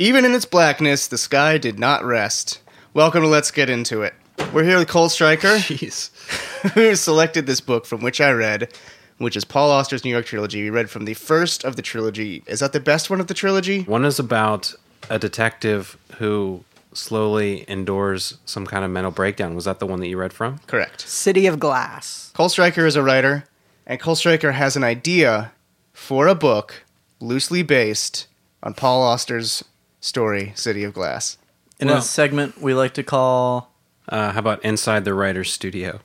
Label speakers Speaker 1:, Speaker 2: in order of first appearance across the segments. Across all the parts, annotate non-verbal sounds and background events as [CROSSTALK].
Speaker 1: Even in its blackness, the sky did not rest. Welcome to Let's Get Into It. We're here with Cole Stryker,
Speaker 2: Jeez.
Speaker 1: who selected this book from which I read, which is Paul Auster's New York trilogy. We read from the first of the trilogy. Is that the best one of the trilogy?
Speaker 2: One is about a detective who slowly endures some kind of mental breakdown. Was that the one that you read from?
Speaker 1: Correct.
Speaker 3: City of Glass.
Speaker 1: Cole Stryker is a writer, and Cole Stryker has an idea for a book loosely based on Paul Auster's story, City of Glass.
Speaker 4: In
Speaker 2: Well-
Speaker 4: a segment we like to call
Speaker 2: Uh, how about Inside the Writer's Studio?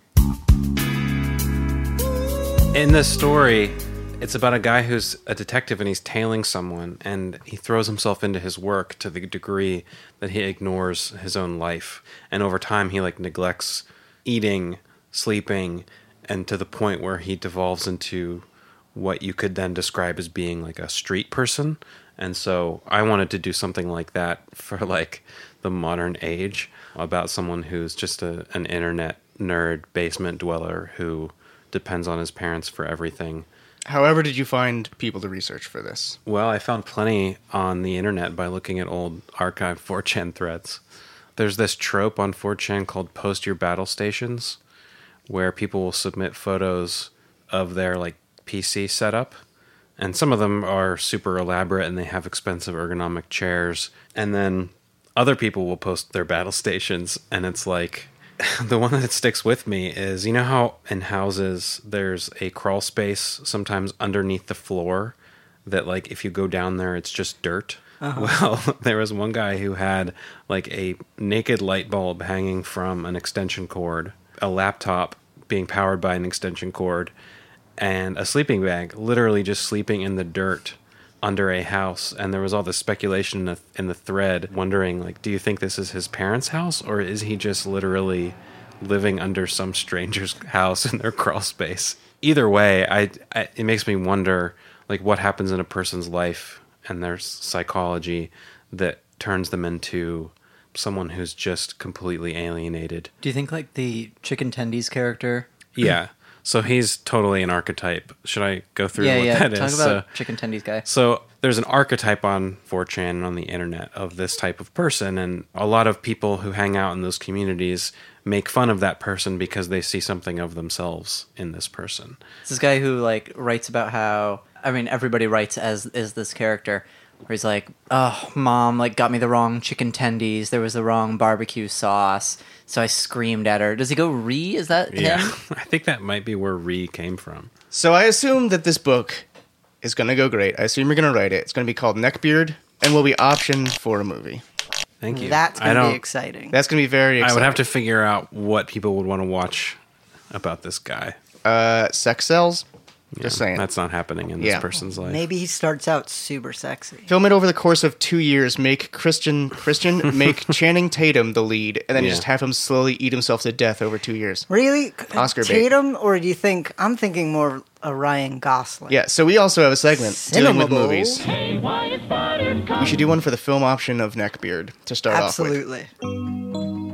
Speaker 2: In this story, it's about a guy who's a detective and he's tailing someone, and he throws himself into his work to the degree that he ignores his own life. And over time, he like neglects eating, sleeping, and to the point where he devolves into what you could then describe as being like a street person. And so I wanted to do something like that for [LAUGHS] like the modern age about someone who's just a, an internet nerd basement dweller who depends on his parents for everything.
Speaker 1: However, did you find people to research for this?
Speaker 2: Well, I found plenty on the internet by looking at old [LAUGHS] archived 4chan threads. There's this trope on 4chan called post your battle stations where people will submit photos of their like PC setup. And some of them are super elaborate and they have expensive ergonomic chairs. And then other people will post their battle [LAUGHS] stations and it's like [LAUGHS] the one that sticks with me is you know how in houses there's a crawl space sometimes underneath the floor that like if you go down there it's just dirt. [LAUGHS] Well, there was one guy who had like a naked light bulb hanging from an extension cord, a laptop being powered by an extension cord, and a sleeping bag, literally just sleeping in the dirt under a house. And there was all this speculation in the, in the thread, wondering like, do you think this is his parents' house, or is he just literally living under some stranger's [LAUGHS] house in their crawl space? Either way, I, I it makes me wonder like what happens in a person's life and their s- psychology that turns them into someone who's just completely
Speaker 4: [CLEARS THROAT]
Speaker 2: alienated
Speaker 4: Do you think like the Chicken Tendies character?
Speaker 2: yeah. So he's totally an archetype. Should I go through
Speaker 4: Yeah,
Speaker 2: what
Speaker 4: yeah.
Speaker 2: that is?
Speaker 4: Talk
Speaker 2: So-
Speaker 4: about Chicken Tendies guy.
Speaker 2: so there's an archetype on 4chan and on the internet of this type of person, and a lot of people who hang out in those communities make fun of that person because they see something of themselves in this person.
Speaker 4: It's this guy who like writes about how I mean everybody writes as is this character where he's like, "Oh, mom, like got me the wrong chicken tendies. There was the wrong barbecue sauce." So I screamed at her. Does he go re? Is that him?
Speaker 2: [LAUGHS] I think that might be where Re came from.
Speaker 1: So I assume that this book is going to go great. I assume you're going to write it. It's going to be called Neckbeard and will be optioned for a movie.
Speaker 2: Thank you.
Speaker 3: That's
Speaker 2: I
Speaker 3: gonna
Speaker 2: don't.
Speaker 3: be exciting.
Speaker 1: That's going to be very
Speaker 2: I
Speaker 1: exciting.
Speaker 2: would have to figure out what people would want to watch about this guy.
Speaker 1: uh, sex cells. Just saying.
Speaker 2: That's not happening in this
Speaker 1: Yeah.
Speaker 2: person's life.
Speaker 3: Maybe he starts out super sexy.
Speaker 1: Film it over the course of two years. Make Christian
Speaker 2: [LAUGHS]
Speaker 1: Christian make Channing Tatum the lead, and then you
Speaker 2: Yeah.
Speaker 1: just have him slowly eat himself to death over two years.
Speaker 3: Really,
Speaker 1: Oscar bait.
Speaker 3: Tatum, or do you think I'm thinking more a Ryan Gosling?
Speaker 1: Yeah. So we also have a segment dealing with
Speaker 3: Cinnamable.
Speaker 1: movies. We should do one for the film option of Neckbeard to start off with.
Speaker 3: absolutely.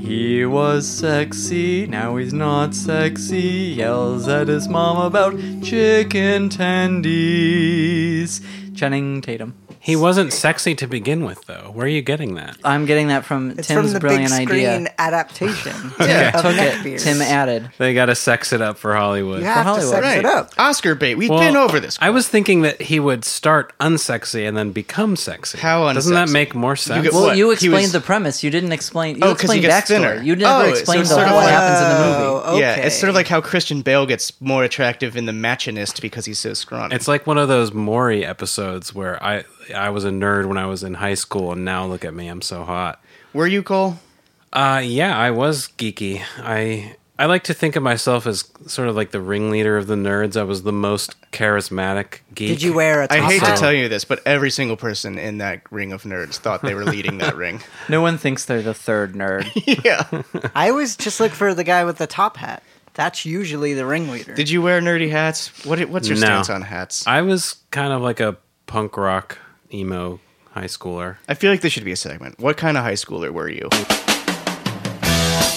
Speaker 4: He was sexy, now he's not sexy. Yells at his mom about chicken tendies. Channing Tatum.
Speaker 2: he wasn't sexy to begin with, though. Where are you getting that?
Speaker 4: I'm getting that from
Speaker 3: It's
Speaker 4: Tim's
Speaker 3: from the big
Speaker 4: brilliant
Speaker 3: screen
Speaker 4: idea.
Speaker 3: adaptation.
Speaker 1: [LAUGHS] Yeah.
Speaker 3: of
Speaker 4: Took it.
Speaker 3: Neckbeard.
Speaker 4: Tim added.
Speaker 2: They got to sex it up for Hollywood.
Speaker 3: You have to
Speaker 4: Hollywood.
Speaker 3: sex
Speaker 1: Right.
Speaker 3: it up.
Speaker 1: Oscar bait. We've
Speaker 2: Well,
Speaker 1: been over this.
Speaker 2: I was thinking that he would start unsexy and then become sexy.
Speaker 1: How
Speaker 2: Doesn't that
Speaker 1: unsexy?
Speaker 2: make more sense?
Speaker 1: get-
Speaker 4: Well,
Speaker 1: What?
Speaker 4: you
Speaker 1: He
Speaker 4: explained
Speaker 1: was-
Speaker 4: the premise. You didn't explain. You
Speaker 1: Oh, 'cause he
Speaker 4: explained
Speaker 1: gets
Speaker 4: backstory.
Speaker 1: thinner.
Speaker 4: You never
Speaker 1: Oh, so
Speaker 4: explained
Speaker 1: it's sort
Speaker 4: the
Speaker 1: of
Speaker 4: whole
Speaker 1: like-
Speaker 4: what happens in the movie.
Speaker 3: Oh, okay.
Speaker 1: Yeah, it's sort of like how Christian Bale gets more attractive in The Machinist because he's so scrawny.
Speaker 2: it's like one of those Maury episodes where I I was a nerd when I was in high school, and now look at me, I'm so hot.
Speaker 1: Were you Cole?
Speaker 2: Uh, yeah, I was geeky. I I like to think of myself as sort of like the ringleader of the nerds. I was the most charismatic geek.
Speaker 3: Did you wear a top
Speaker 1: I hate to
Speaker 3: hat?
Speaker 1: tell you this, but every single person in that ring of nerds thought they were leading that
Speaker 2: [LAUGHS]
Speaker 1: ring. [LAUGHS]
Speaker 4: No one thinks they're the third nerd.
Speaker 1: Yeah.
Speaker 3: I always just look for the guy with the top hat. That's usually the ringleader.
Speaker 1: Did you wear nerdy hats? What what's your
Speaker 2: No.
Speaker 1: stance on hats? I,
Speaker 2: I was kind of like a punk rock emo high schooler.
Speaker 1: feel like this should be a segment. What kind of high schooler were you?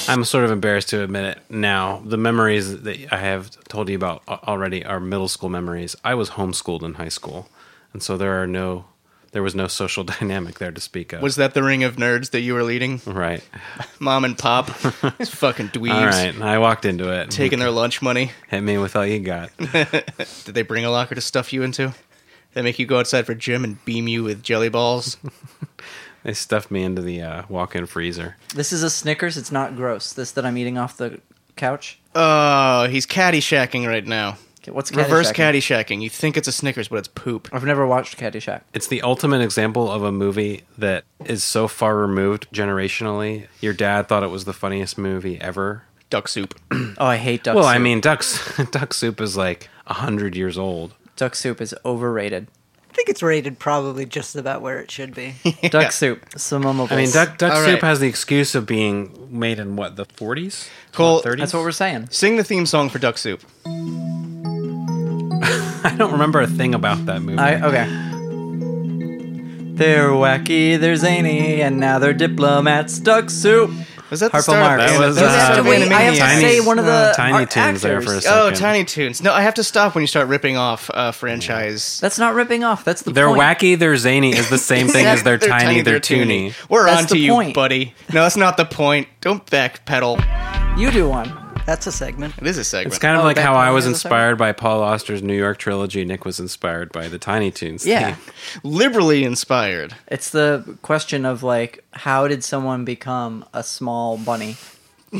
Speaker 2: I'm sort of embarrassed to admit it now. The memories that I have told you about a- already are middle school memories. I was homeschooled in high school, and so there are no there was no social [LAUGHS] dynamic there to speak of.
Speaker 1: Was that the ring of nerds that you were leading?
Speaker 2: right.
Speaker 1: Mom and
Speaker 2: [LAUGHS]
Speaker 1: pop, These fucking dweebs,
Speaker 2: All right. I walked into it. [LAUGHS]
Speaker 1: taking their lunch money.
Speaker 2: Hit me with all you got.
Speaker 1: Did they bring a locker to stuff you into? They make you go outside for gym and beam you with jelly
Speaker 2: [LAUGHS]
Speaker 1: balls.
Speaker 2: They stuffed me into the uh, walk-in freezer.
Speaker 4: [LAUGHS] This is a Snickers. It's not gross. This that I'm eating off the couch.
Speaker 1: Oh, he's caddywshacking right now.
Speaker 4: Okay, what's
Speaker 1: Reverse
Speaker 4: Caddyshack?
Speaker 1: caddywshacking. You think it's a Snickers, but it's poop.
Speaker 4: I've never watched Caddyshack.
Speaker 2: It's the ultimate example of a movie that is so far removed generationally. Your dad thought it was the funniest movie ever.
Speaker 1: Duck soup.
Speaker 4: Oh, I hate [LAUGHS] duck
Speaker 2: Well,
Speaker 4: soup.
Speaker 2: I mean, ducks. [LAUGHS] Duck Soup is like hundred years old.
Speaker 4: duck soup is overrated.
Speaker 1: [LAUGHS]
Speaker 3: I think it's rated probably just about where it should be.
Speaker 4: Duck soup, some mummables.
Speaker 2: I mean, duck duck
Speaker 1: All
Speaker 2: soup
Speaker 1: right.
Speaker 2: has the excuse of being made in what the forties,
Speaker 1: Cole,
Speaker 4: That's
Speaker 2: thirties.
Speaker 4: what we're saying.
Speaker 1: Sing the theme song for duck soup.
Speaker 2: I don't remember a thing about that movie.
Speaker 4: I okay. They're wacky, they're zany, and now they're diplomats. Duck soup.
Speaker 1: Was that the
Speaker 4: Harpo
Speaker 1: start
Speaker 4: Marx.
Speaker 1: of
Speaker 2: That
Speaker 1: Ana-
Speaker 2: was,
Speaker 1: that
Speaker 2: uh,
Speaker 1: the start of
Speaker 4: Wait, I have to
Speaker 1: Animaniacs.
Speaker 4: say one of the
Speaker 2: Tiny
Speaker 4: our
Speaker 2: Tunes there for a
Speaker 4: actors.
Speaker 2: second.
Speaker 1: Oh, Tiny Toons. No, I have to stop when you start ripping off uh, franchise.
Speaker 4: That's not ripping off. That's the
Speaker 2: They're
Speaker 4: point.
Speaker 2: wacky, they're zany is the same thing
Speaker 4: [LAUGHS]
Speaker 2: as they're, tiny, they're toony.
Speaker 1: We're
Speaker 4: That's
Speaker 1: on to
Speaker 4: the
Speaker 1: you,
Speaker 4: point.
Speaker 1: buddy. No, that's not the point. Don't backpedal.
Speaker 4: You do one.
Speaker 3: That's a segment.
Speaker 1: It is a segment.
Speaker 2: It's kind of
Speaker 4: Oh,
Speaker 2: like
Speaker 4: that
Speaker 2: how I
Speaker 4: part
Speaker 2: was
Speaker 4: is a
Speaker 2: inspired by Paul Auster's New York trilogy. Nick was inspired by the Tiny Toons.
Speaker 4: Yeah.
Speaker 2: theme.
Speaker 1: liberally inspired. [LAUGHS]
Speaker 4: It's the question of like, how did someone become a small bunny?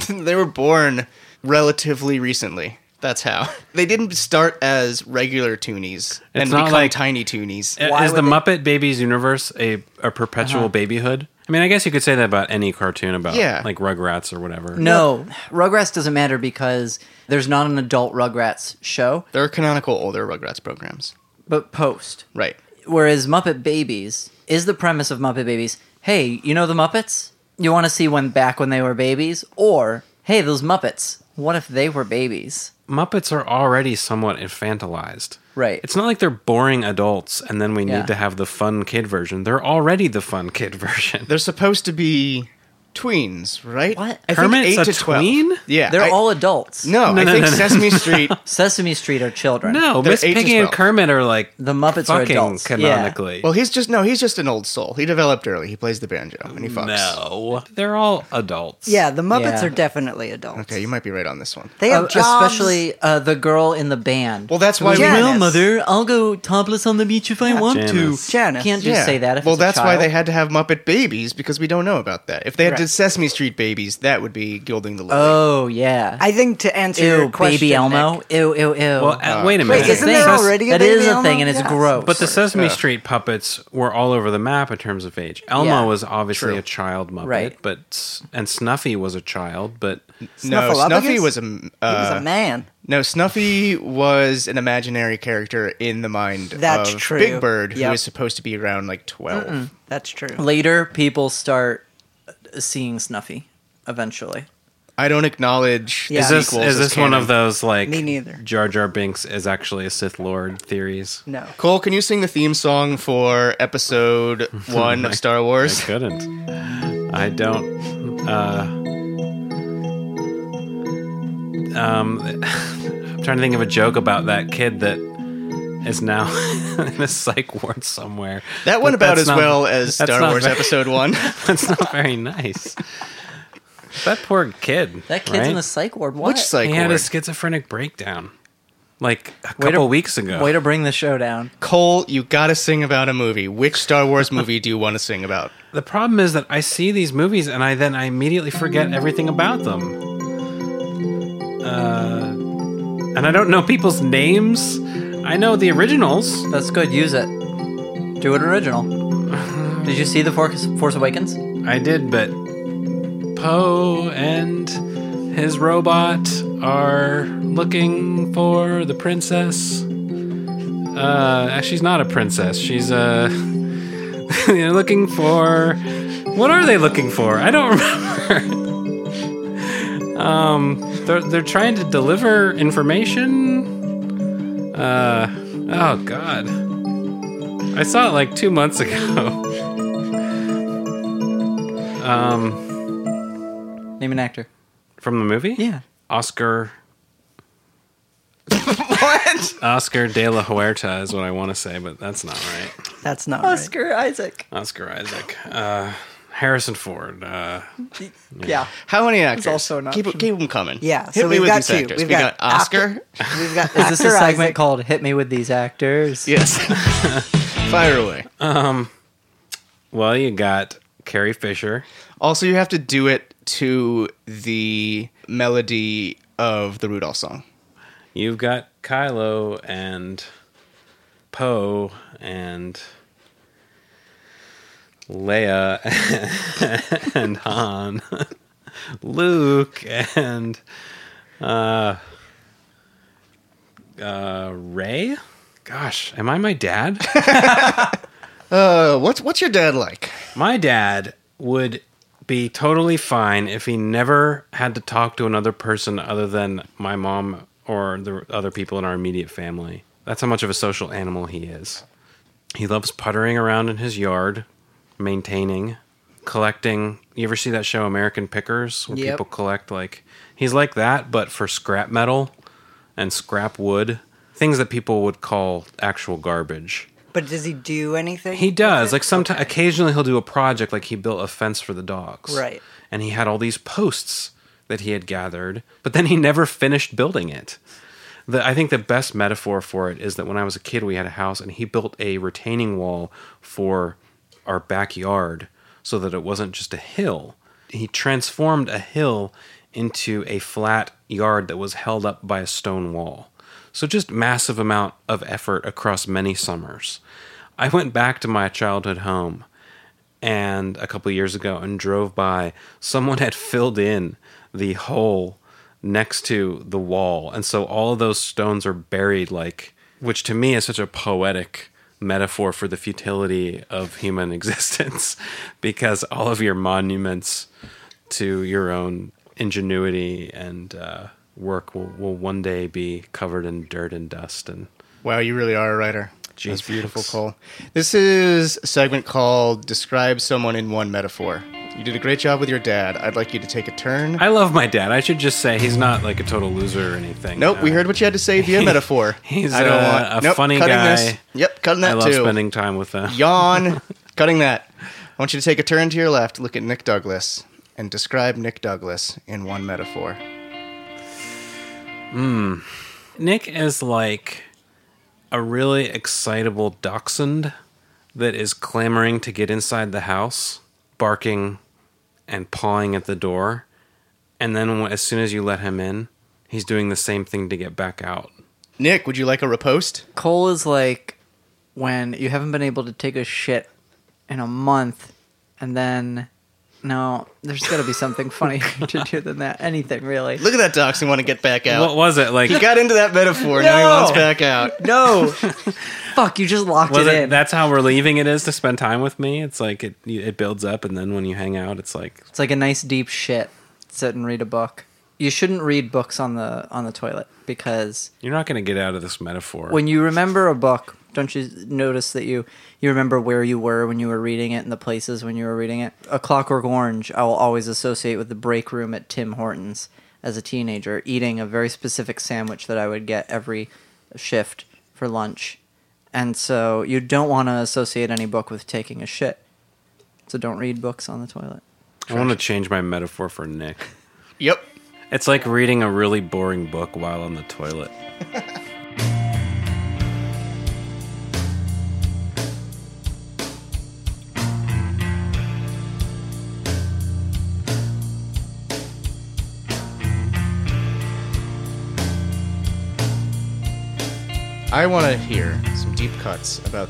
Speaker 1: they were born relatively recently. That's how. [LAUGHS] They didn't start as regular Toonies and
Speaker 2: not
Speaker 1: become
Speaker 2: like-
Speaker 1: tiny Toonies.
Speaker 2: I-
Speaker 4: Why
Speaker 2: Is the
Speaker 4: would Uh-huh. they-
Speaker 2: Muppet Babies universe a, a perpetual babyhood? I mean, I guess you could say that about any cartoon about
Speaker 1: Yeah.
Speaker 2: like Rugrats or whatever.
Speaker 4: No, Rugrats doesn't matter because there's not an adult Rugrats show,
Speaker 1: There are canonical older Rugrats programs.
Speaker 4: but post.
Speaker 1: Right.
Speaker 4: Whereas Muppet Babies is the premise of Muppet Babies. Hey, you know the Muppets? You want to see when back when they were babies, or hey, those Muppets. What if they were babies?
Speaker 2: Muppets are already somewhat infantilized.
Speaker 4: Right.
Speaker 2: It's not like they're boring adults and then we
Speaker 4: Yeah.
Speaker 2: need to have the fun kid version. They're already the fun kid [LAUGHS] version.
Speaker 1: They're supposed to be tweens, right?
Speaker 4: What?
Speaker 1: I think 8
Speaker 2: Kermit's a
Speaker 1: to 12.
Speaker 2: tween?
Speaker 1: Yeah.
Speaker 4: They're
Speaker 1: I-
Speaker 4: all adults.
Speaker 1: No,
Speaker 2: No,
Speaker 1: I
Speaker 2: no,
Speaker 1: think
Speaker 2: no, no.
Speaker 1: Sesame
Speaker 2: [LAUGHS]
Speaker 1: Street
Speaker 4: Sesame Street are children.
Speaker 2: no,
Speaker 1: They're
Speaker 2: Miss
Speaker 1: eight to
Speaker 2: Piggy and
Speaker 1: 12.
Speaker 2: Kermit are like
Speaker 4: The Muppets are
Speaker 2: fucking
Speaker 4: adults. Yeah.
Speaker 2: canonically.
Speaker 1: Well, he's just no, he's just an old soul. He developed early. He plays the banjo and he fucks.
Speaker 2: No, they're all adults.
Speaker 3: Yeah, the Muppets
Speaker 4: Yeah.
Speaker 3: are definitely adults.
Speaker 1: Okay, you might be right on this one.
Speaker 3: They have
Speaker 4: Uh,
Speaker 3: jobs.
Speaker 4: especially uh, the girl in the band.
Speaker 1: Well, that's why
Speaker 3: Yeah.
Speaker 1: we
Speaker 3: Janice.
Speaker 4: I'll go topless on the beach if I want
Speaker 2: Janice.
Speaker 3: Janice.
Speaker 4: Can't just say that. If
Speaker 1: well,
Speaker 4: it's a
Speaker 1: that's why
Speaker 4: child.
Speaker 1: they had to have Muppet babies because we don't know about that. If they had
Speaker 3: Right.
Speaker 1: to Sesame Street babies, that would be gilding the lily.
Speaker 4: Oh yeah.
Speaker 3: I think to answer
Speaker 4: ew,
Speaker 3: your question,
Speaker 4: baby Elmo.
Speaker 3: Nick,
Speaker 4: Ew, ew, ew.
Speaker 2: Well, uh, wait a minute.
Speaker 3: Wait, isn't
Speaker 4: That's
Speaker 3: there
Speaker 4: a thing.
Speaker 3: already a
Speaker 4: That
Speaker 3: baby
Speaker 4: is a
Speaker 3: Elmo?
Speaker 4: thing, and it's
Speaker 3: Yes.
Speaker 4: gross.
Speaker 2: But the Sesame
Speaker 1: Yeah.
Speaker 2: Street puppets were all over the map in terms of age. Elmo
Speaker 4: Yeah.
Speaker 2: was obviously
Speaker 1: True.
Speaker 2: a child Muppet,
Speaker 4: Right.
Speaker 2: but S- and Snuffy was a child, but
Speaker 1: no,
Speaker 3: Snuffleupagus?
Speaker 1: Snuffy was a m-
Speaker 3: he was
Speaker 1: uh,
Speaker 3: a man.
Speaker 1: no Snuffy was an imaginary character in the mind
Speaker 3: That's
Speaker 1: of
Speaker 3: true.
Speaker 1: Big Bird, who
Speaker 3: Yep.
Speaker 1: was supposed to be around like 12
Speaker 3: That's true.
Speaker 4: later people start seeing Snuffy. Eventually,
Speaker 1: I don't acknowledge.
Speaker 3: Yeah.
Speaker 1: the
Speaker 2: is this
Speaker 1: sequels
Speaker 2: is
Speaker 1: as
Speaker 2: this one
Speaker 1: canon.
Speaker 2: of those like
Speaker 3: Me neither.
Speaker 2: Jar Jar Binks is actually a Sith Lord theories?
Speaker 3: No.
Speaker 1: Cole, can you sing the theme song for episode
Speaker 2: [LAUGHS]
Speaker 1: one of Star
Speaker 2: I
Speaker 1: Wars?
Speaker 2: couldn't. I don't. Uh, um, [LAUGHS] I'm trying to think of a joke about that kid that is now [LAUGHS] in a psych ward somewhere.
Speaker 1: That went
Speaker 2: But
Speaker 1: about
Speaker 2: that's
Speaker 1: as
Speaker 2: not- [LAUGHS]
Speaker 1: well as
Speaker 2: that's
Speaker 1: Star
Speaker 2: not
Speaker 1: Wars
Speaker 2: very-
Speaker 1: Episode
Speaker 2: [LAUGHS]
Speaker 1: One.
Speaker 2: That's not very nice. that poor kid.
Speaker 4: that kid's
Speaker 2: right?
Speaker 4: in a psych ward. What?
Speaker 1: Which psych
Speaker 2: He had a
Speaker 1: ward?
Speaker 2: schizophrenic breakdown, like a
Speaker 4: Way to-
Speaker 2: couple weeks ago.
Speaker 4: Way to bring the show down.
Speaker 1: Cole, you gotta sing about a movie. Which Star Wars movie do you want to sing about?
Speaker 2: the problem is that I see these movies and I then I immediately forget everything about them. Uh, and I don't know people's names. I know the originals.
Speaker 4: That's good. Use it. Do it original. Did you see the Force, Force Awakens?
Speaker 2: I did, but Poe and his robot are looking for the princess. Uh, she's not a princess. She's uh, [LAUGHS] they're looking for. What are they looking for? I don't [LAUGHS] remember. um, they're they're trying to deliver information. Uh, oh God, I saw it like two months ago. [LAUGHS] Um.
Speaker 4: Name an actor.
Speaker 2: From the movie?
Speaker 4: Yeah.
Speaker 2: Oscar.
Speaker 1: what?
Speaker 2: Oscar de la Huerta is what I want to say, but that's not right.
Speaker 3: That's not
Speaker 4: Oscar Isaac.
Speaker 2: Oscar Isaac. Uh, Harrison Ford. Uh,
Speaker 3: Yeah.
Speaker 1: How many actors?
Speaker 3: also an
Speaker 1: keep,
Speaker 3: option.
Speaker 1: keep them coming.
Speaker 3: Yeah,
Speaker 1: Hit
Speaker 3: so
Speaker 1: me
Speaker 3: we've
Speaker 1: with
Speaker 3: got
Speaker 1: these
Speaker 3: two.
Speaker 1: actors.
Speaker 3: We've
Speaker 1: we got,
Speaker 3: got
Speaker 1: Oscar. [LAUGHS]
Speaker 3: right. We've got
Speaker 4: Is this a
Speaker 3: Oscar
Speaker 4: segment
Speaker 3: Isaac.
Speaker 4: called "Hit Me with These Actors"?
Speaker 1: Yes. [LAUGHS] Fire away.
Speaker 2: well, you got Carrie Fisher.
Speaker 1: Also, you have to do it to the melody of the Rudolph song.
Speaker 2: You've got Kylo and Poe and Leia [LAUGHS] and Han, [LAUGHS] Luke and uh, uh, Ray. Gosh, am I my dad?
Speaker 1: Uh, what's what's your dad like?
Speaker 2: My dad would be totally fine if he never had to talk to another person other than my mom or the other people in our immediate family. That's how much of a social animal he is. He loves puttering around in his yard, maintaining, collecting. You ever see that show American Pickers where
Speaker 3: Yep.
Speaker 2: people collect like he's like that but for scrap metal and scrap wood, things that people would call actual garbage.
Speaker 3: But does he do anything?
Speaker 2: He
Speaker 3: with
Speaker 2: does.
Speaker 3: it?
Speaker 2: Like sometimes, occasionally, he'll do a project. Like he built a fence for the dogs,
Speaker 3: Right.
Speaker 2: And he had all these posts that he had gathered, but then he never finished building it. The, I think the best metaphor for it is that when I was a kid, we had a house, and he built a retaining wall for our backyard so that it wasn't just a hill. He transformed a hill into a flat yard that was held up by a stone wall. So just massive amount of effort across many summers. I went back to my childhood home and a couple years ago and drove by someone had filled in the hole next to the wall and so all of those stones are buried like which to me is such a poetic metaphor for the futility of human [LAUGHS] existence because all of your monuments to your own ingenuity and uh, work will, will one day be covered in dirt and dust and
Speaker 1: Wow, you really are a writer.
Speaker 2: Gee,
Speaker 1: That's beautiful,
Speaker 2: thanks.
Speaker 1: Cole. This is a segment called "Describe Someone in One Metaphor." You did a great job with your dad. I'd like you to take a turn.
Speaker 2: i love my dad i should just say he's not like a total loser or anything
Speaker 1: Nope, we
Speaker 2: Uh,
Speaker 1: heard what you had to say [LAUGHS] via metaphor.
Speaker 2: He's
Speaker 1: I don't
Speaker 2: a-
Speaker 1: want
Speaker 2: a
Speaker 1: nope,
Speaker 2: funny
Speaker 1: cutting
Speaker 2: guy.
Speaker 1: This. Yep, cutting that
Speaker 2: I love
Speaker 1: too.
Speaker 2: spending time with them.
Speaker 1: [LAUGHS] Yawn. cutting that. I want you to take a turn to your left, look at Nick Douglas, and describe Nick Douglas in one metaphor.
Speaker 2: Nick is like a really excitable dachshund that is clamoring to get inside the house, barking and pawing at the door. And then when- as soon as you let him in, he's doing the same thing to get back out.
Speaker 1: Nick, would you like a repost?
Speaker 4: Cole is like when you haven't been able to take a shit in a month, and then no, there's got to be something funnier [LAUGHS] to do than that. Anything really?
Speaker 1: Look at that dachshund want to get back out.
Speaker 2: What was it? Like
Speaker 1: he got into that metaphor. Now he
Speaker 4: No!
Speaker 1: wants back out.
Speaker 4: No, [LAUGHS] fuck! You just locked
Speaker 2: was
Speaker 4: it,
Speaker 2: it
Speaker 4: in.
Speaker 2: that's how relieving it is to spend time with me? It's like it you- it builds up and then when you hang out it's like
Speaker 4: it's like a nice deep shit. Sit and read a book. You shouldn't read books on the on the toilet because
Speaker 2: you're not going to get out of this metaphor.
Speaker 4: when you remember a book, don't you notice that you you remember where you were when you were reading it and the places when you were reading it? A Clockwork Orange, I will always associate with the break room at Tim Hortons as a teenager, eating a very specific sandwich that I would get every shift for lunch. And so you don't want to associate any book with taking a shit. So don't read books on the toilet.
Speaker 2: I want to change my metaphor for Nick.
Speaker 1: Yep.
Speaker 2: It's like reading a really boring book while on the toilet.
Speaker 1: I want to hear some deep cuts about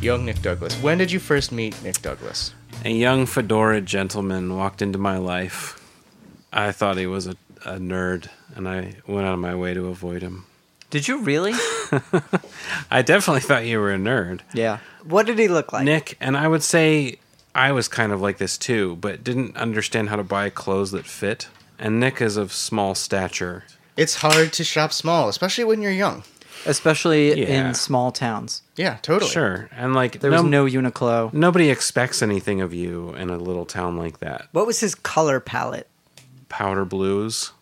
Speaker 1: young Nick Douglas. When did you first meet Nick Douglas?
Speaker 2: A young fedora gentleman walked into my life. I thought he was a, a nerd, and I went out of my way to avoid him.
Speaker 4: Did you really?
Speaker 2: I definitely thought you were a nerd.
Speaker 4: yeah.
Speaker 3: What did he look like?
Speaker 2: Nick, and I would say I was kind of like this too, but didn't understand how to buy clothes that fit. And Nick is of small stature.
Speaker 1: It's hard to shop small, especially when you're young.
Speaker 4: Especially
Speaker 2: Yeah.
Speaker 4: in small towns.
Speaker 1: Yeah, totally.
Speaker 2: Sure. And like,
Speaker 4: There was no Uniqlo.
Speaker 2: Nobody expects anything of you in a little town like that.
Speaker 3: What was his color palette?
Speaker 2: Powder blues.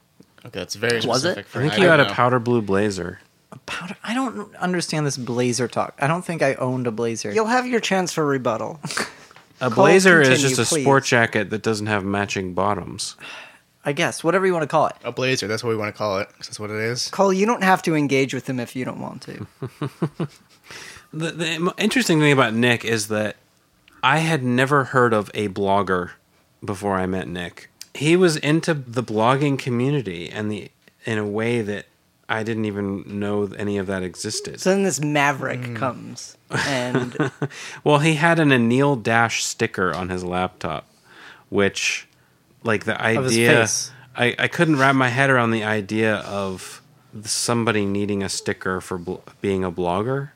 Speaker 1: Okay, that's very
Speaker 4: Was
Speaker 1: specific.
Speaker 4: it?
Speaker 1: For,
Speaker 2: I think
Speaker 1: I
Speaker 2: you had
Speaker 1: don't
Speaker 2: a
Speaker 1: know.
Speaker 2: powder blue blazer.
Speaker 4: powder. I don't understand this blazer talk. I don't think I owned a blazer.
Speaker 3: You'll have your chance for rebuttal.
Speaker 2: A
Speaker 3: Cole,
Speaker 2: blazer is
Speaker 3: continue,
Speaker 2: just a
Speaker 3: please.
Speaker 2: sport jacket that doesn't have matching bottoms.
Speaker 4: I guess whatever you want to call it.
Speaker 1: A blazer. That's what we want to call it. 'cause that's what it is.
Speaker 3: Cole, you don't have to engage with him if you don't want to.
Speaker 2: The, the m- interesting thing about Nick is that I had never heard of a blogger before I met Nick. He was into the blogging community and the in a way that I didn't even know any of that existed.
Speaker 3: So then this maverick
Speaker 1: Hmm.
Speaker 3: comes, and [LAUGHS]
Speaker 2: Well, he had an Anil Dash sticker on his laptop, which, like the
Speaker 4: his
Speaker 2: idea,
Speaker 4: face.
Speaker 2: I, I couldn't wrap my head around the idea of somebody needing a sticker for bl- being a blogger.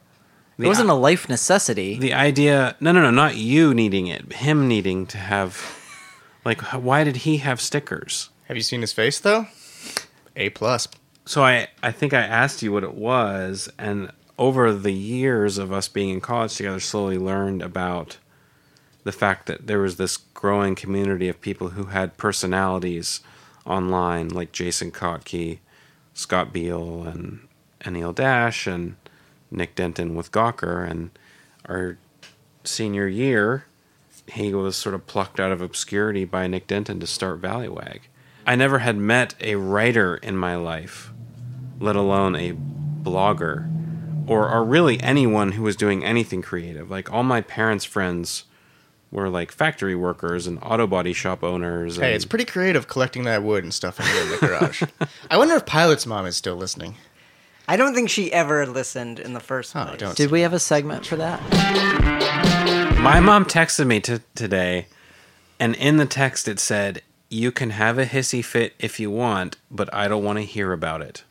Speaker 2: The,
Speaker 4: It wasn't a life necessity.
Speaker 2: the idea. No, no, no, not you needing it. Him needing to have, like, h- why did he have stickers?
Speaker 1: Have you seen his face though? A plus.
Speaker 2: So I, I think I asked you what it was, and over the years of us being in college together, slowly learned about the fact that there was this growing community of people who had personalities online, like Jason Kottke, Scott Beal, and Anil Dash, and Nick Denton with Gawker. And our senior year, he was sort of plucked out of obscurity by Nick Denton to start Valleywag. I never had met a writer in my life, let alone a blogger, or, or really anyone who was doing anything creative. Like all my parents' friends were like factory workers and auto body shop owners.
Speaker 1: Hey,
Speaker 2: and-
Speaker 1: it's pretty creative collecting that wood and stuffing it in the garage. [LAUGHS] I wonder if Pilot's mom is still listening.
Speaker 3: I don't think she ever listened in the first place.
Speaker 1: Oh, don't.
Speaker 4: Did we have a segment for that?
Speaker 2: My mom texted me t- today, and in the text it said, "You can have a hissy fit if you want, but I don't want to hear about it."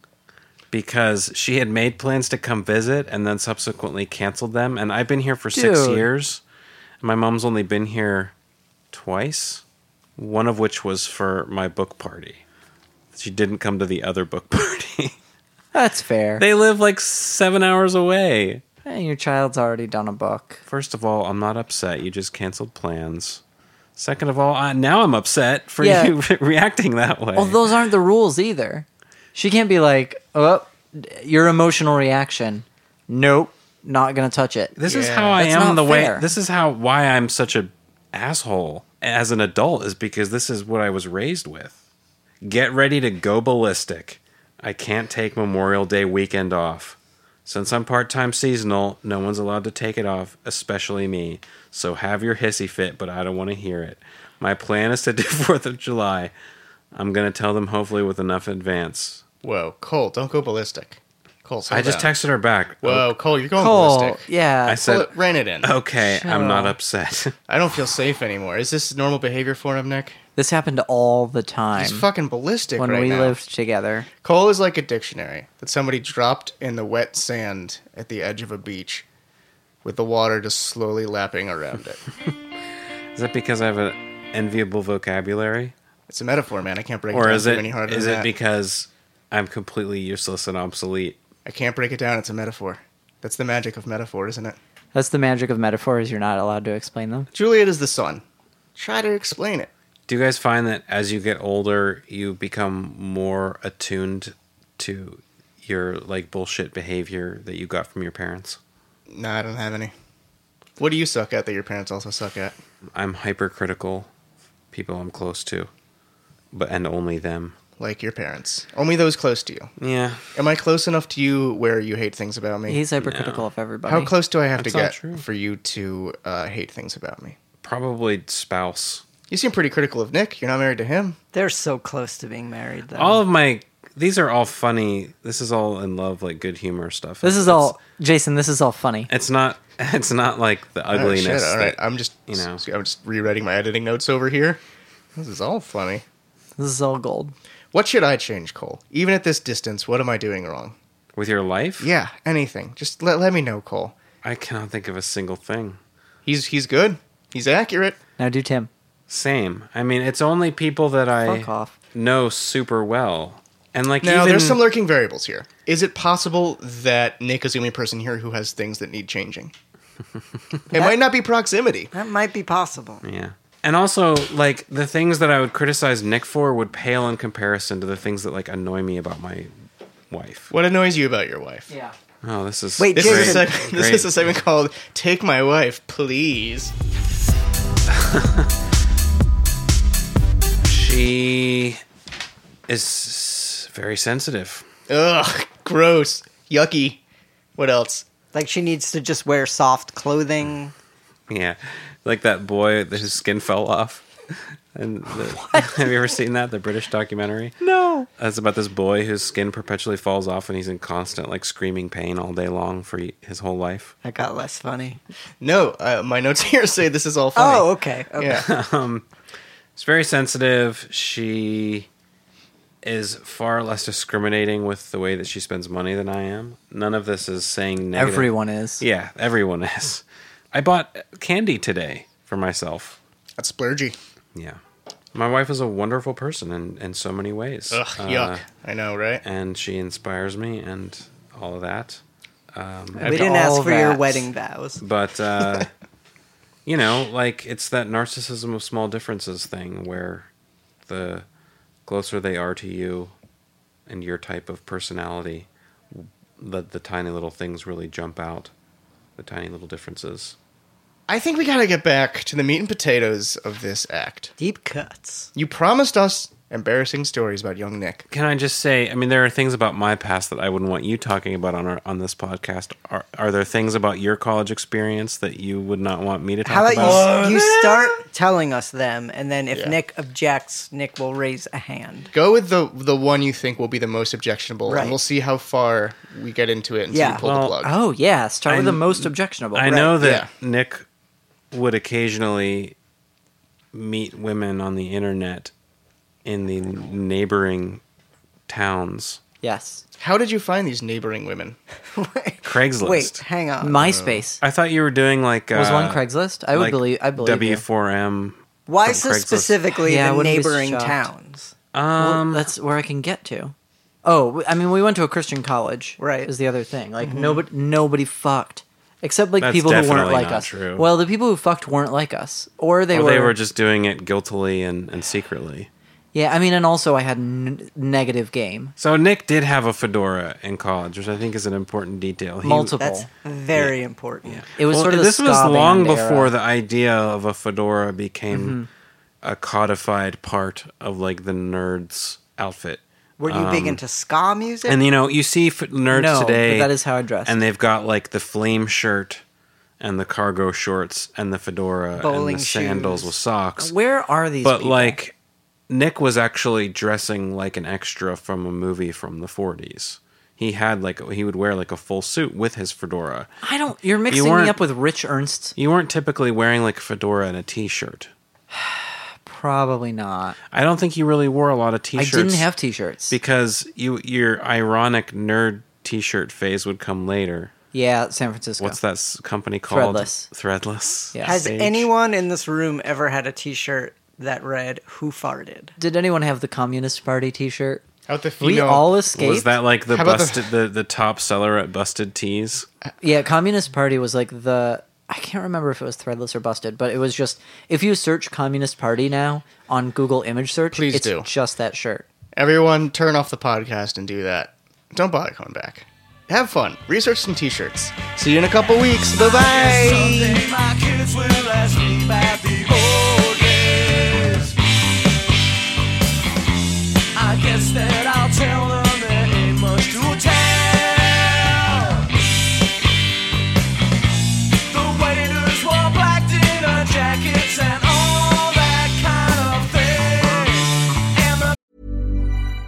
Speaker 2: Because she had made plans to come visit and then subsequently canceled them, and I've been here for six
Speaker 4: Dude.
Speaker 2: years. My mom's only been here twice, one of which was for my book party. She didn't come to the other book [LAUGHS] party.
Speaker 4: That's fair.
Speaker 2: they live like seven hours away.
Speaker 4: Hey, your child's already done a book.
Speaker 2: First of all, I'm not upset. You just canceled plans. Second of all, I, now I'm upset for
Speaker 4: Yeah.
Speaker 2: you [LAUGHS] reacting that way.
Speaker 4: Well, Oh, those aren't the rules either. She can't be like, "Oh, d- your emotional reaction." Nope, not gonna touch it.
Speaker 2: this is
Speaker 1: Yeah.
Speaker 2: how I
Speaker 4: That's
Speaker 2: am
Speaker 4: not
Speaker 2: the
Speaker 4: fair.
Speaker 2: way. This is how why I'm such a asshole as an adult is because this is what I was raised with. Get ready to go ballistic. I can't take Memorial Day weekend off. Since I'm part time seasonal, no one's allowed to take it off, especially me. So have your hissy fit, but I don't want to hear it. My plan is to [LAUGHS] do 4th of July. I'm going to tell them hopefully with enough advance.
Speaker 1: Whoa, Cole, don't go ballistic. Cole, slow
Speaker 2: I just
Speaker 1: down.
Speaker 2: texted her back.
Speaker 1: Whoa, Cole, you're going
Speaker 4: Cole,
Speaker 1: ballistic.
Speaker 4: yeah,
Speaker 2: I
Speaker 1: Cole,
Speaker 2: said, Oh.
Speaker 1: rein it in.
Speaker 2: okay, I'm not
Speaker 4: up.
Speaker 2: upset. [LAUGHS]
Speaker 1: I don't feel safe anymore. Is this normal behavior for him, Nick?
Speaker 4: this happened all the time
Speaker 1: He's fucking ballistic
Speaker 4: when
Speaker 1: right
Speaker 4: we
Speaker 1: now.
Speaker 4: lived together.
Speaker 1: Cole is like a dictionary that somebody dropped in the wet sand at the edge of a beach with the water just slowly lapping around
Speaker 2: [LAUGHS]
Speaker 1: it.
Speaker 2: Is that because I have an enviable vocabulary,
Speaker 1: it's a metaphor, man. I can't break it
Speaker 2: or
Speaker 1: down
Speaker 2: is it
Speaker 1: any harder
Speaker 2: is
Speaker 1: than
Speaker 2: it
Speaker 1: that.
Speaker 2: because I'm completely useless and obsolete?
Speaker 1: I can't break it down. It's a metaphor. That's the magic of metaphor, isn't it?
Speaker 4: That's the magic of metaphors. You're not allowed to explain them.
Speaker 1: Juliet is the sun. Try to explain it.
Speaker 2: Do you guys find that as you get older, you become more attuned to your like bullshit behavior that you got from your parents?
Speaker 1: No, I don't have any. What do you suck at that your parents also suck at?
Speaker 2: I'm hypercritical, of people I'm close to, but and only them.
Speaker 1: Like your parents. Only those close to you.
Speaker 2: Yeah,
Speaker 1: Am I close enough to you where you hate things about me?
Speaker 4: He's hypercritical of everybody.
Speaker 1: How close do I have
Speaker 2: That's
Speaker 1: to
Speaker 2: not
Speaker 1: get
Speaker 2: true.
Speaker 1: for you to uh, hate things about me?
Speaker 2: probably spouse.
Speaker 1: You seem pretty critical of Nick. You're not married to him.
Speaker 3: They're so close to being married, though.
Speaker 2: All of my these are all funny. This is all in love, like good humor stuff.
Speaker 4: This is
Speaker 2: It's-
Speaker 4: all, Jason. This is all funny.
Speaker 2: It's not. [LAUGHS] It's not like the
Speaker 1: Oh,
Speaker 2: ugliness.
Speaker 1: shit, all right,
Speaker 2: that-
Speaker 1: I'm just
Speaker 2: you know.
Speaker 1: I'm just rewriting my editing notes over here. This is all funny.
Speaker 4: This is all gold.
Speaker 1: What should I change, Cole? Even at this distance, what am I doing wrong?
Speaker 2: with your life.
Speaker 1: Yeah, anything. Just let let me know, Cole.
Speaker 2: I cannot think of a single thing.
Speaker 1: He's he's good. He's accurate.
Speaker 4: Now do Tim.
Speaker 2: Same. I mean, it's only people that I
Speaker 4: Fuck off.
Speaker 2: know super well, and like
Speaker 1: Now
Speaker 2: even
Speaker 1: there's some lurking variables here. Is it possible that Nick is the only person here who has things that need changing? it might not be proximity.
Speaker 3: that might be possible.
Speaker 2: yeah. And also, like the things that I would criticize Nick for would pale in comparison to the things that like annoy me about my wife.
Speaker 1: What annoys you about your wife?
Speaker 4: Yeah.
Speaker 2: Oh, this is
Speaker 3: Wait,
Speaker 1: This
Speaker 3: Jason.
Speaker 1: is a
Speaker 2: great.
Speaker 1: seg-
Speaker 2: Great.
Speaker 1: [LAUGHS] this is a segment called "Take My Wife, Please."
Speaker 2: She is very sensitive.
Speaker 1: Ugh, gross, yucky. What else?
Speaker 3: Like she needs to just wear soft clothing.
Speaker 2: Yeah, like that boy, his skin fell off. And the, [LAUGHS] have you ever seen that the British documentary?
Speaker 3: No.
Speaker 2: That's about this boy whose skin perpetually falls off, and he's in constant like screaming pain all day long for y- his whole life.
Speaker 3: That got less funny.
Speaker 1: No, uh, my notes [LAUGHS] here say this is all funny.
Speaker 3: Oh, okay. okay.
Speaker 2: [LAUGHS]
Speaker 1: yeah.
Speaker 2: She's very sensitive. She is far less discriminating with the way that she spends money than I am. None of this is saying negative.
Speaker 4: Everyone is.
Speaker 2: Yeah, everyone is. I bought candy today for myself.
Speaker 1: That's splurgy.
Speaker 2: Yeah. My wife is a wonderful person in, in so many ways.
Speaker 1: Ugh,
Speaker 2: Uh,
Speaker 1: yuck. I know, right?
Speaker 2: And she inspires me and all of that. Um,
Speaker 3: We didn't
Speaker 4: all
Speaker 3: ask for your
Speaker 4: that.
Speaker 3: wedding vows.
Speaker 2: but, uh, [LAUGHS] you know, like it's that narcissism of small differences thing where the closer they are to you and your type of personality, the, the tiny little things really jump out, the tiny little differences.
Speaker 1: I think we gotta get back to the meat and potatoes of this act.
Speaker 3: Deep cuts.
Speaker 1: You promised us embarrassing stories about young Nick.
Speaker 2: Can I just say? I mean, there are things about my past that I wouldn't want you talking about on our, on this podcast. Are, are there things about your college experience that you would not want me to talk
Speaker 3: How about
Speaker 2: about?
Speaker 3: you, you start telling us them, and then if
Speaker 1: Yeah.
Speaker 3: Nick objects, Nick will raise a hand. [LAUGHS]
Speaker 1: Go with the the one you think will be the most objectionable,
Speaker 3: Right.
Speaker 1: and we'll see how far we get into it until
Speaker 3: Yeah.
Speaker 1: we pull the
Speaker 2: Well,
Speaker 1: plug.
Speaker 4: Oh yeah. Start with
Speaker 2: I-
Speaker 4: the most objectionable.
Speaker 2: I know that
Speaker 1: yeah.
Speaker 2: Nick would occasionally meet women on the internet in the neighboring towns.
Speaker 4: Yes.
Speaker 1: How did you find these neighboring women?
Speaker 2: Craigslist.
Speaker 3: Wait, hang on.
Speaker 4: MySpace
Speaker 2: I thought you were doing like
Speaker 4: was
Speaker 2: uh,
Speaker 4: one Craigslist. I would
Speaker 2: like
Speaker 4: believe. I believe. you.
Speaker 2: W4M.
Speaker 3: Why
Speaker 2: from
Speaker 3: so
Speaker 2: Craigslist.
Speaker 3: specifically
Speaker 4: Yeah, I
Speaker 3: the
Speaker 4: wouldn't be
Speaker 3: neighboring
Speaker 4: shocked.
Speaker 3: towns?
Speaker 4: Well,
Speaker 2: Um,
Speaker 4: that's where I can get to. Oh, w- I mean, we went to a Christian college,
Speaker 3: Right.
Speaker 4: Is the other thing. Like nobody, nobody fucked except like
Speaker 2: Mm-hmm. That's
Speaker 4: people who weren't
Speaker 2: definitely
Speaker 4: like
Speaker 2: not
Speaker 4: us.
Speaker 2: true.
Speaker 4: Well, the people who fucked weren't like us, or they
Speaker 2: or
Speaker 4: were.
Speaker 2: they were just doing it guiltily and, and secretly.
Speaker 4: yeah, I mean, and also I had n- negative game.
Speaker 2: So Nick did have a fedora in college, which I think is an important detail. He-
Speaker 4: Multiple.
Speaker 3: That's very important.
Speaker 4: It was
Speaker 2: Well,
Speaker 4: sort of the
Speaker 2: this was
Speaker 4: ska
Speaker 2: long
Speaker 4: band
Speaker 2: before
Speaker 4: era.
Speaker 2: the idea of a fedora became
Speaker 4: Mm-hmm.
Speaker 2: a codified part of like the nerd's outfit.
Speaker 3: Were you big into ska music?
Speaker 2: And you know, you see f- nerds
Speaker 4: No, but
Speaker 2: today.
Speaker 4: that is how I dressed.
Speaker 2: And they've got like the flame shirt and the cargo shorts and the fedora
Speaker 3: Bowling
Speaker 2: and the sandals
Speaker 3: shoes.
Speaker 2: with socks.
Speaker 4: Where are these?
Speaker 2: but
Speaker 4: people?
Speaker 2: like Nick was actually dressing like an extra from a movie from the 40s. He had like he would wear like a full suit with his fedora.
Speaker 4: I don't. You're mixing
Speaker 2: weren't-
Speaker 4: me up with Rich Ernst.
Speaker 2: You weren't typically wearing like a fedora and a t-shirt.
Speaker 4: Probably not.
Speaker 2: I don't think you really wore a lot of t-shirts.
Speaker 4: I didn't have T-shirts.
Speaker 2: because you your ironic nerd t-shirt phase would come later.
Speaker 4: yeah, San Francisco.
Speaker 2: What's that s- company called?
Speaker 4: Threadless.
Speaker 2: Threadless.
Speaker 4: Yeah.
Speaker 3: Has
Speaker 2: stage.
Speaker 3: anyone in this room ever had a T-shirt that read "Who farted"?
Speaker 4: Did anyone have the Communist Party T-shirt?
Speaker 2: Oh.
Speaker 1: Out the female.
Speaker 4: We all escaped.
Speaker 2: was that like the
Speaker 1: How about the-
Speaker 2: busted the, the top seller at Busted Tees?
Speaker 4: Yeah, Communist Party was like the I can't remember if it was Threadless or Busted, but it was just if you search Communist Party now on Google image search,
Speaker 1: Please
Speaker 4: it's
Speaker 1: do.
Speaker 4: just that shirt.
Speaker 1: Everyone, turn off the podcast and do that. Don't bother coming back. Have fun. Research some T-shirts. See you in a couple weeks. Bye bye.
Speaker 5: My kids will ask me about the old days. I guess that I'll tell them there ain't much to tell. The waiters wore black dinner jackets and all that kind of thing. And the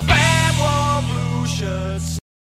Speaker 5: Bad war blue shirts.